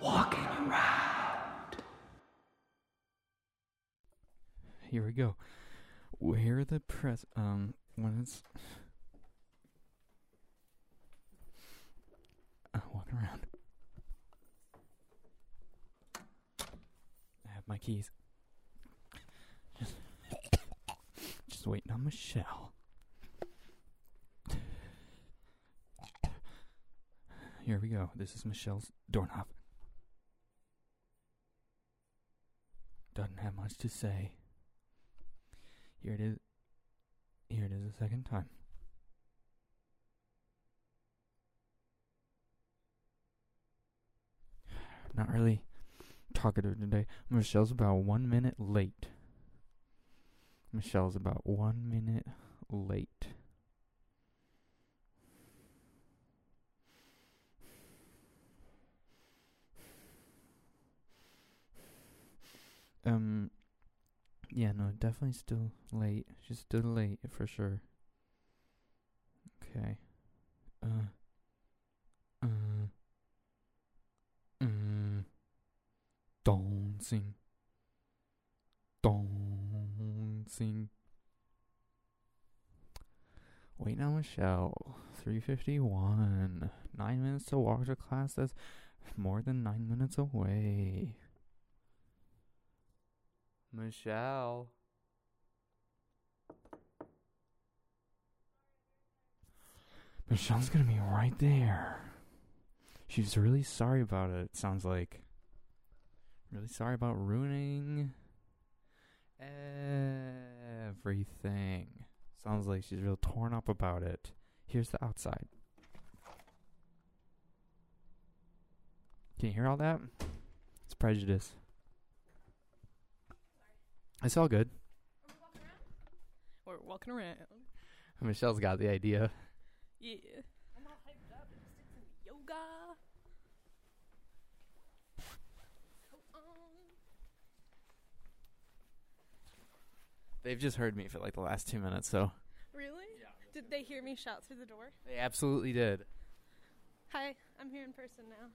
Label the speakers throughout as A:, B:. A: walking around.
B: Here we go. Where the press um when it's uh, walking around. I have my keys. Just, just waiting on Michelle. Here we go. This is Michelle's doorknob. Doesn't have much to say. Here it is. Here it is a second time. Not really talkative today. Michelle's about one minute late. Michelle's about one minute late. Um, yeah, no, definitely still late. She's still late for sure. Okay. Uh. Uh. Mm. Dancing. Dancing. Wait now, Michelle. 351. Nine minutes to walk to class. That's more than nine minutes away. Michelle. Michelle's gonna be right there. She's really sorry about it, it sounds like. Really sorry about ruining everything. Sounds like she's real torn up about it. Here's the outside. Can you hear all that? It's prejudice. It's all good.
C: We're walking around.
B: Michelle's got the idea.
C: Yeah. I'm all hyped up. yoga.
B: They've just heard me for like the last two minutes, so
C: Really? Did they hear me shout through the door?
B: they absolutely did.
C: Hi, I'm here in person now.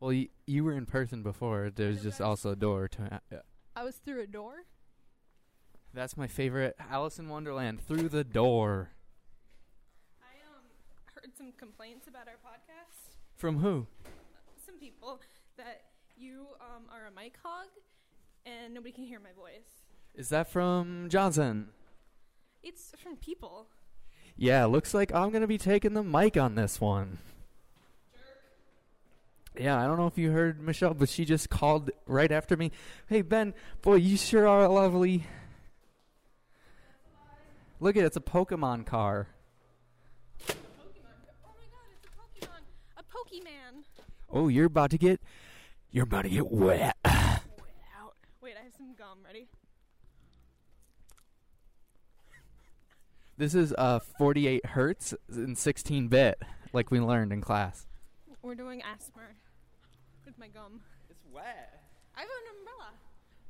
B: Well, y- you were in person before. There's
C: know,
B: just
C: but I
B: also a door to. uh, yeah.
C: I was through a door.
B: That's my favorite. Alice in Wonderland through the door.
C: I um heard some complaints about our podcast.
B: From who?
C: Some people that you um are a mic hog, and nobody can hear my voice.
B: Is that from Johnson?
C: It's from people.
B: Yeah, looks like I'm gonna be taking the mic on this one. Yeah, I don't know if you heard Michelle, but she just called right after me. Hey Ben, boy, you sure are lovely. Look at it, it's a Pokemon car.
C: Pokemon. Oh my God! It's a Pokemon. A Pokemon.
B: Oh, you're about to get you're about to get wet.
C: Wait out. Wait, I have some gum. Ready?
B: This is uh 48 hertz in 16 bit, like we learned in class.
C: We're doing asthma with my gum.
B: It's wet.
C: I have an umbrella.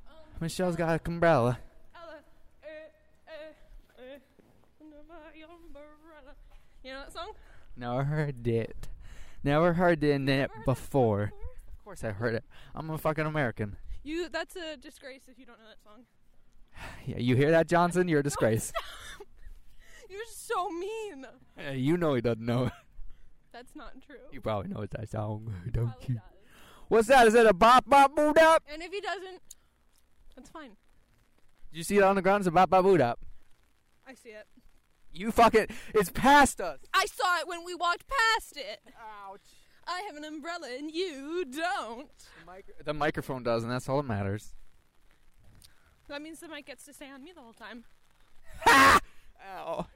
C: Um,
B: Michelle's got a umbrella.
C: Ella, uh, uh, uh, under my umbrella. You know that song?
B: Never heard it. Never heard it
C: Never heard that song
B: before. Of course I heard it. I'm a fucking American.
C: You, that's a disgrace if you don't know that song.
B: Yeah, you hear that, Johnson? You're a disgrace.
C: You're so mean.
B: Uh, you know he doesn't know. it.
C: That's not true.
B: You probably know it's that song, don't
C: Probably
B: you?
C: does.
B: What's that? Is that a bop bop boot up?
C: And if he doesn't, that's fine.
B: Did you see it on the ground? It's a bop bop boot up.
C: I see it.
B: You fucking, it's past us.
C: I saw it when we walked past it.
B: Ouch.
C: I have an umbrella and you don't.
B: The, mic- the microphone does, and that's all that matters.
C: That means the mic gets to stay on me the whole time.
B: Ow.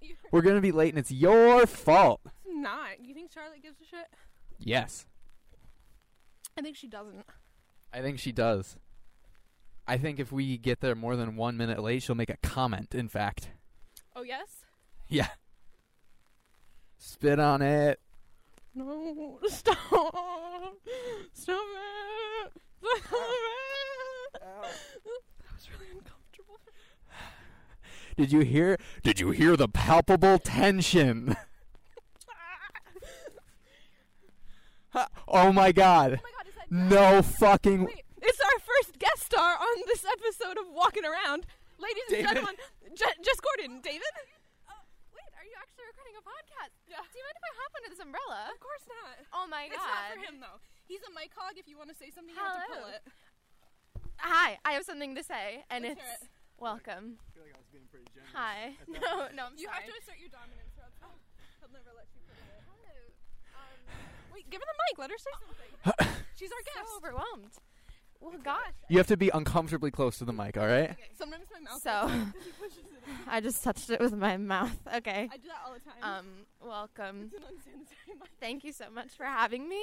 C: You're
B: We're gonna be late, and it's your fault.
C: not. You think Charlotte gives a shit?
B: Yes.
C: I think she doesn't.
B: I think she does. I think if we get there more than one minute late, she'll make a comment, in fact.
C: Oh, yes?
B: Yeah. Spit on it.
C: No, stop. Stop it. Stop it. That was really uncomfortable.
B: Did you hear? Did you hear the palpable tension?
C: Ah.
B: oh Oh my god.
C: Oh my god, is that
B: No fucking.
C: Wait, it's our first guest star on this episode of Walking Around. Ladies
B: David.
C: and gentlemen, Je- Jess Gordon, David?
D: Oh, wait, are you actually recording a podcast? Do you mind if I hop under this umbrella?
C: Of course not.
D: Oh my
C: It's
D: god.
C: not for him, though. He's a mic hog. If you want to say something, you have to pull
D: Hello.
C: it.
D: Hi, I have something to say, and
C: Let's hear
D: it's welcome. Hi. No, no, I'm
C: You
D: sorry.
C: have to assert your dominance, or else he'll, he'll never let you put it. in.
D: Hello. Um,
C: Wait, give her the mic. Let her say something. She's our
D: I'm
C: guest.
D: so overwhelmed. Well, gosh.
B: You have to be uncomfortably close to the mic, all right?
C: Okay, sometimes my mouth.
D: So-
C: gets wet 'cause he pushes it in.
D: I just touched it with my mouth. Okay.
C: I do that all the time.
D: Um, welcome.
C: it's an unsanitary mic.
D: Thank you so much for having me.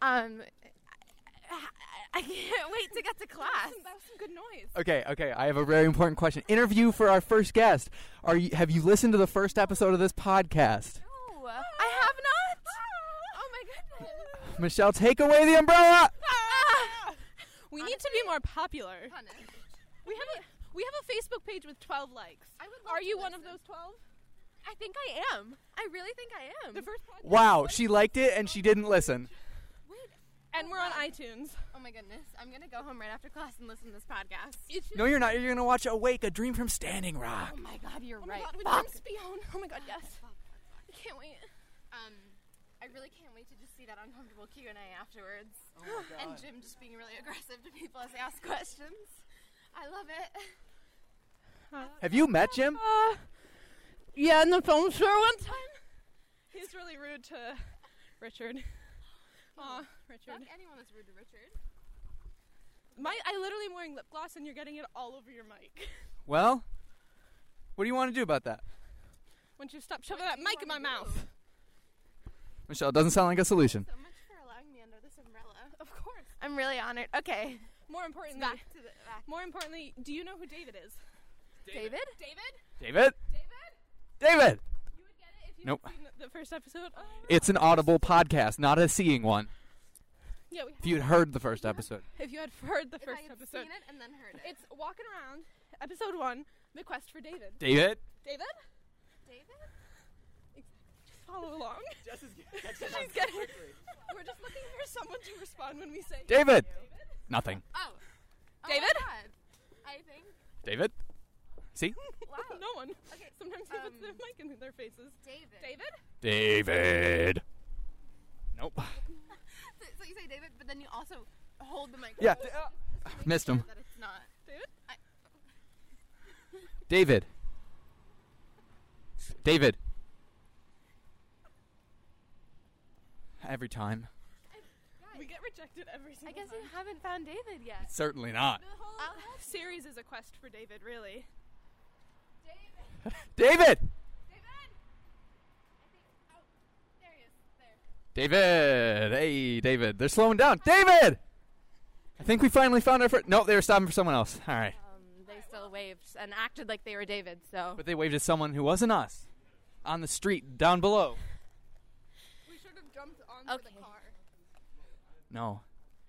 D: Um, I, I- I can't wait to get to
C: That
D: class.
C: was some, that was some good noise.
B: Okay, okay. I have a very important question. Interview for our first guest. Are you, have you listened to the first episode of this podcast?
D: No, I have not. Oh my goodness.
B: Michelle, take away the umbrella.
C: We need to be more popular.
D: Honest.
C: We have a we have a Facebook page with 12 likes.
D: I would love
C: Are you
D: to
C: one of
D: listen.
C: those 12?
D: I think I am. I really think I am.
C: The first podcast.
B: Wow, she liked it and she didn't listen.
C: And we're on iTunes.
D: oh my goodness. I'm going to go home right after class and listen to this podcast.
B: No, you're not. You're gonna watch Awake, A Dream from Standing Rock.
D: oh my god, you're
C: Oh my
D: right.
C: god, with
D: Fuck. Ah,
C: Jim Spione. Oh my god, yes.
D: Fuck, fuck, fuck.
C: I can't wait.
D: Um, I really can't wait to just see that uncomfortable Q&A afterwards. And Jim just being really aggressive to people as they ask questions. I love it.
B: Have you met Jim?
C: Uh, yeah, in the film store one time. He's really rude to Richard. Aw,
D: Fuck
C: Richard.
D: anyone that's rude to Richard.
C: My, I literally am wearing lip gloss and you're getting it all over your mic.
B: Well, what do you want to do about that,
C: Once you stop shoving that
D: What do you
C: mic in my
D: wanna
C: mouth.
B: Michelle? It doesn't sound like a solution.
D: So much for allowing me under this umbrella.
C: Of course.
D: I'm really honored. Okay.
C: More importantly,
D: Back to the back.
C: more importantly, do you know who David is?
D: David?
C: David? David?
B: David. David.
C: You would get it if you
B: Nope.
C: had seen the first episode. Oh.
B: It's an audible podcast, not a seeing one.
C: yeah, we have.
B: If you'd heard the first episode,
C: if you had heard the
D: If
C: first
D: I had
C: episode,
D: seen it and then heard it.
C: it's walking around, episode one, the quest for David.
B: David.
C: David,
D: David?
C: just follow along.
D: She's getting
C: We're just looking for someone to respond when we say
B: David. Nothing.
D: Oh. Oh my
C: David?
D: God. I think.
B: David. See?
D: Wow.
C: No one.
D: Okay.
C: Sometimes he puts their
D: Um,
C: mic in their faces.
D: David.
C: David,
B: David. Nope.
D: So, so you say David, but then you also hold the mic.
B: Yeah.
D: close
C: Uh,
D: to make
B: Missed
D: sure
B: him.
D: That it's not.
C: David,
B: David. David. Every time.
C: we get rejected every single
D: I guess you
C: time.
D: haven't found David yet.
B: Certainly not.
C: The whole
D: I'll-
C: series is a quest for David, really.
D: David.
B: David.
D: David. I think. Oh, there he is. There.
B: David. Hey, David. They're slowing down. David. I think we finally found our first. No, they were stopping for someone else. All right.
D: Um, they still waved and acted like they were David. So.
B: But they waved at someone who wasn't us on the street down below.
C: We should have jumped onto
D: Okay.
C: the car.
B: No.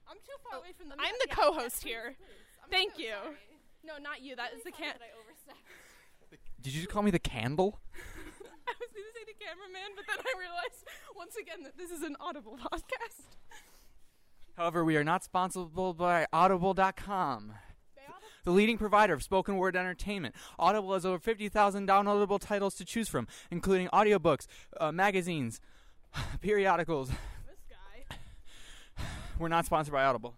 C: I'm too far away from the.
D: let me
C: Oh, I'm
D: go-
C: the
D: yeah,
C: co-host
D: yeah,
C: here.
D: I'm
C: Thank
D: so
C: you.
D: sorry.
C: No, not you. That is the
D: Sorry
C: can.
D: that I overstepped.
B: Did you just call me the candle?
C: I was going to say the cameraman, but then I realized once again that this is an audible podcast.
B: However, we are not sponsored by Audible.com. The leading provider of spoken word entertainment, Audible has over 50,000 downloadable titles to choose from, including audiobooks, uh, magazines, periodicals.
C: This guy.
B: We're not sponsored by Audible.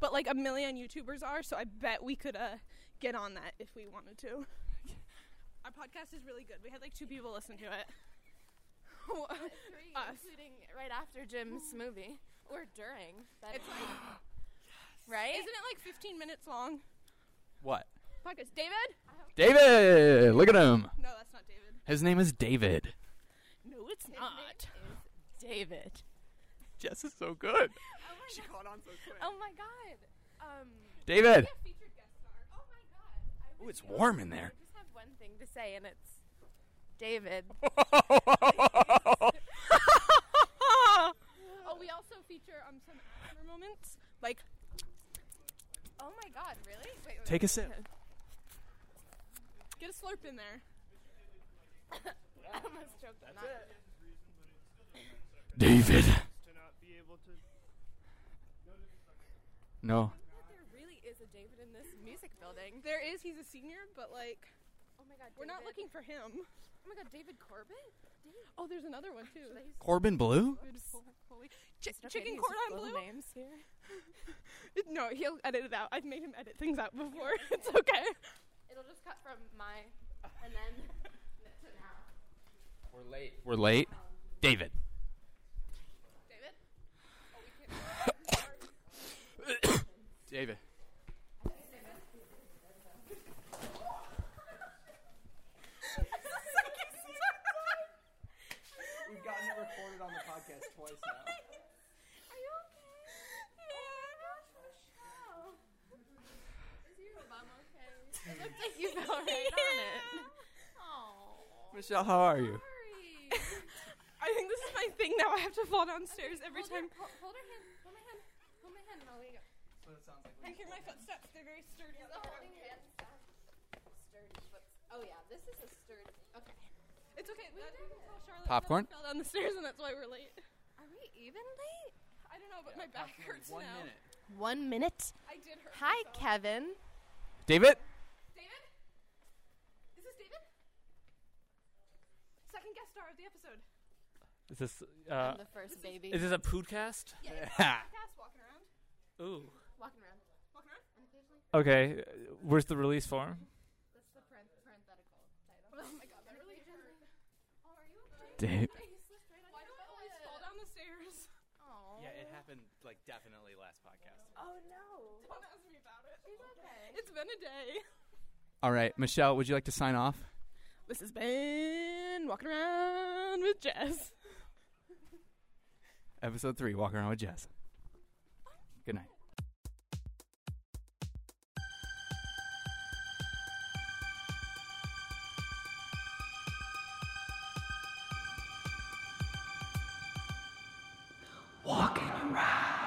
C: But like a million YouTubers are, so I bet we could uh, get on that if we wanted to. Our podcast is really good. We had like two people listen to it.
D: Three,
C: Us.
D: including right after Jim's movie or during. That it's like. Right?
C: Isn't it like 15 minutes long?
B: What?
C: Podcast. David?
B: David! Look at him!
C: No, that's not David.
B: His name is David.
C: No, it's not.
D: David.
B: Jess is so good.
D: Oh my god. Oh my god. Um,
B: David!
C: Featured guest star.
D: oh my god. I
B: Ooh,
D: would
B: it's
D: be
B: warm
D: awesome.
B: in there.
D: I just have one thing to say, and it's David.
C: Oh, we also feature um, some asthma moments. Like,
D: Oh my god, really? Wait, wait,
B: Take a sip.
C: get a slurp in there.
D: I almost choked on that.
B: David!
A: to not be able to
B: No.
D: That there really is a David in this music building.
C: There is. He's a senior, but like
D: Oh my god,
C: we're not
D: David.
C: looking for him.
D: Oh my god, David Corbett? Dave.
C: Oh, there's another one too.
D: Should I use-
B: Corbin Blue?
D: Oops.
C: Chi-
D: Is it okay to
C: chicken
D: use
C: cordon
D: both
C: bleu.
D: names here.
C: No, he'll edit it out. I've made him edit things out before. it's okay.
D: It'll just cut from my and then to now.
A: We're late. We're late. David.
D: David?
A: David. We've gotten it recorded on the podcast twice now.
D: Are you okay? Oh Is your mom okay? It looked like you fell right on it. Oh.
A: Michelle, how are you?
D: Sorry.
C: I think this is my thing now. I have to fall downstairs every
D: hold her-
C: time.
D: hol- hold her hand. Hold my hand. Hold my hand. and I'll let you go.
C: I hear my footsteps. They're very sturdy.
D: Is the holding hand sound sturdy? What's- Oh yeah, this is a sturdy. Okay.
C: It's okay. We did Charlotte
A: Popcorn?
C: Fell down the stairs and that's why we're late.
D: Are we even late?
C: I don't know, but my back hurts
A: One
C: now.
A: minute.
D: One minute.
C: I did hurt.
D: Hi,
C: myself.
D: Kevin.
A: David?
C: David. Is this David? Second guest star of the episode.
E: Is this uh,
D: I'm the first baby.
E: is this a podcast?
C: Podcast walking around.
E: Ooh.
D: Walking around.
C: Walking around.
D: And occasionally,
E: Okay. uh, Where's the release form?
D: that's the parent- parenthetical title. Oh my god, that really hurt. Oh, are you okay?
B: Dave.
D: Yeah, you slipped right on
C: Why do
D: your
C: I always
D: foot.
C: fall down the stairs?
D: Aw.
A: happened like definitely last podcast.
D: Oh no.
C: Don't ask me about it.
D: She's okay.
C: It's been a day.
A: All right, Michelle, would you like to sign off?
C: This has been walking around with Jess.
A: Episode 3 Walk Around with Jazz. Good night.
B: Walking around.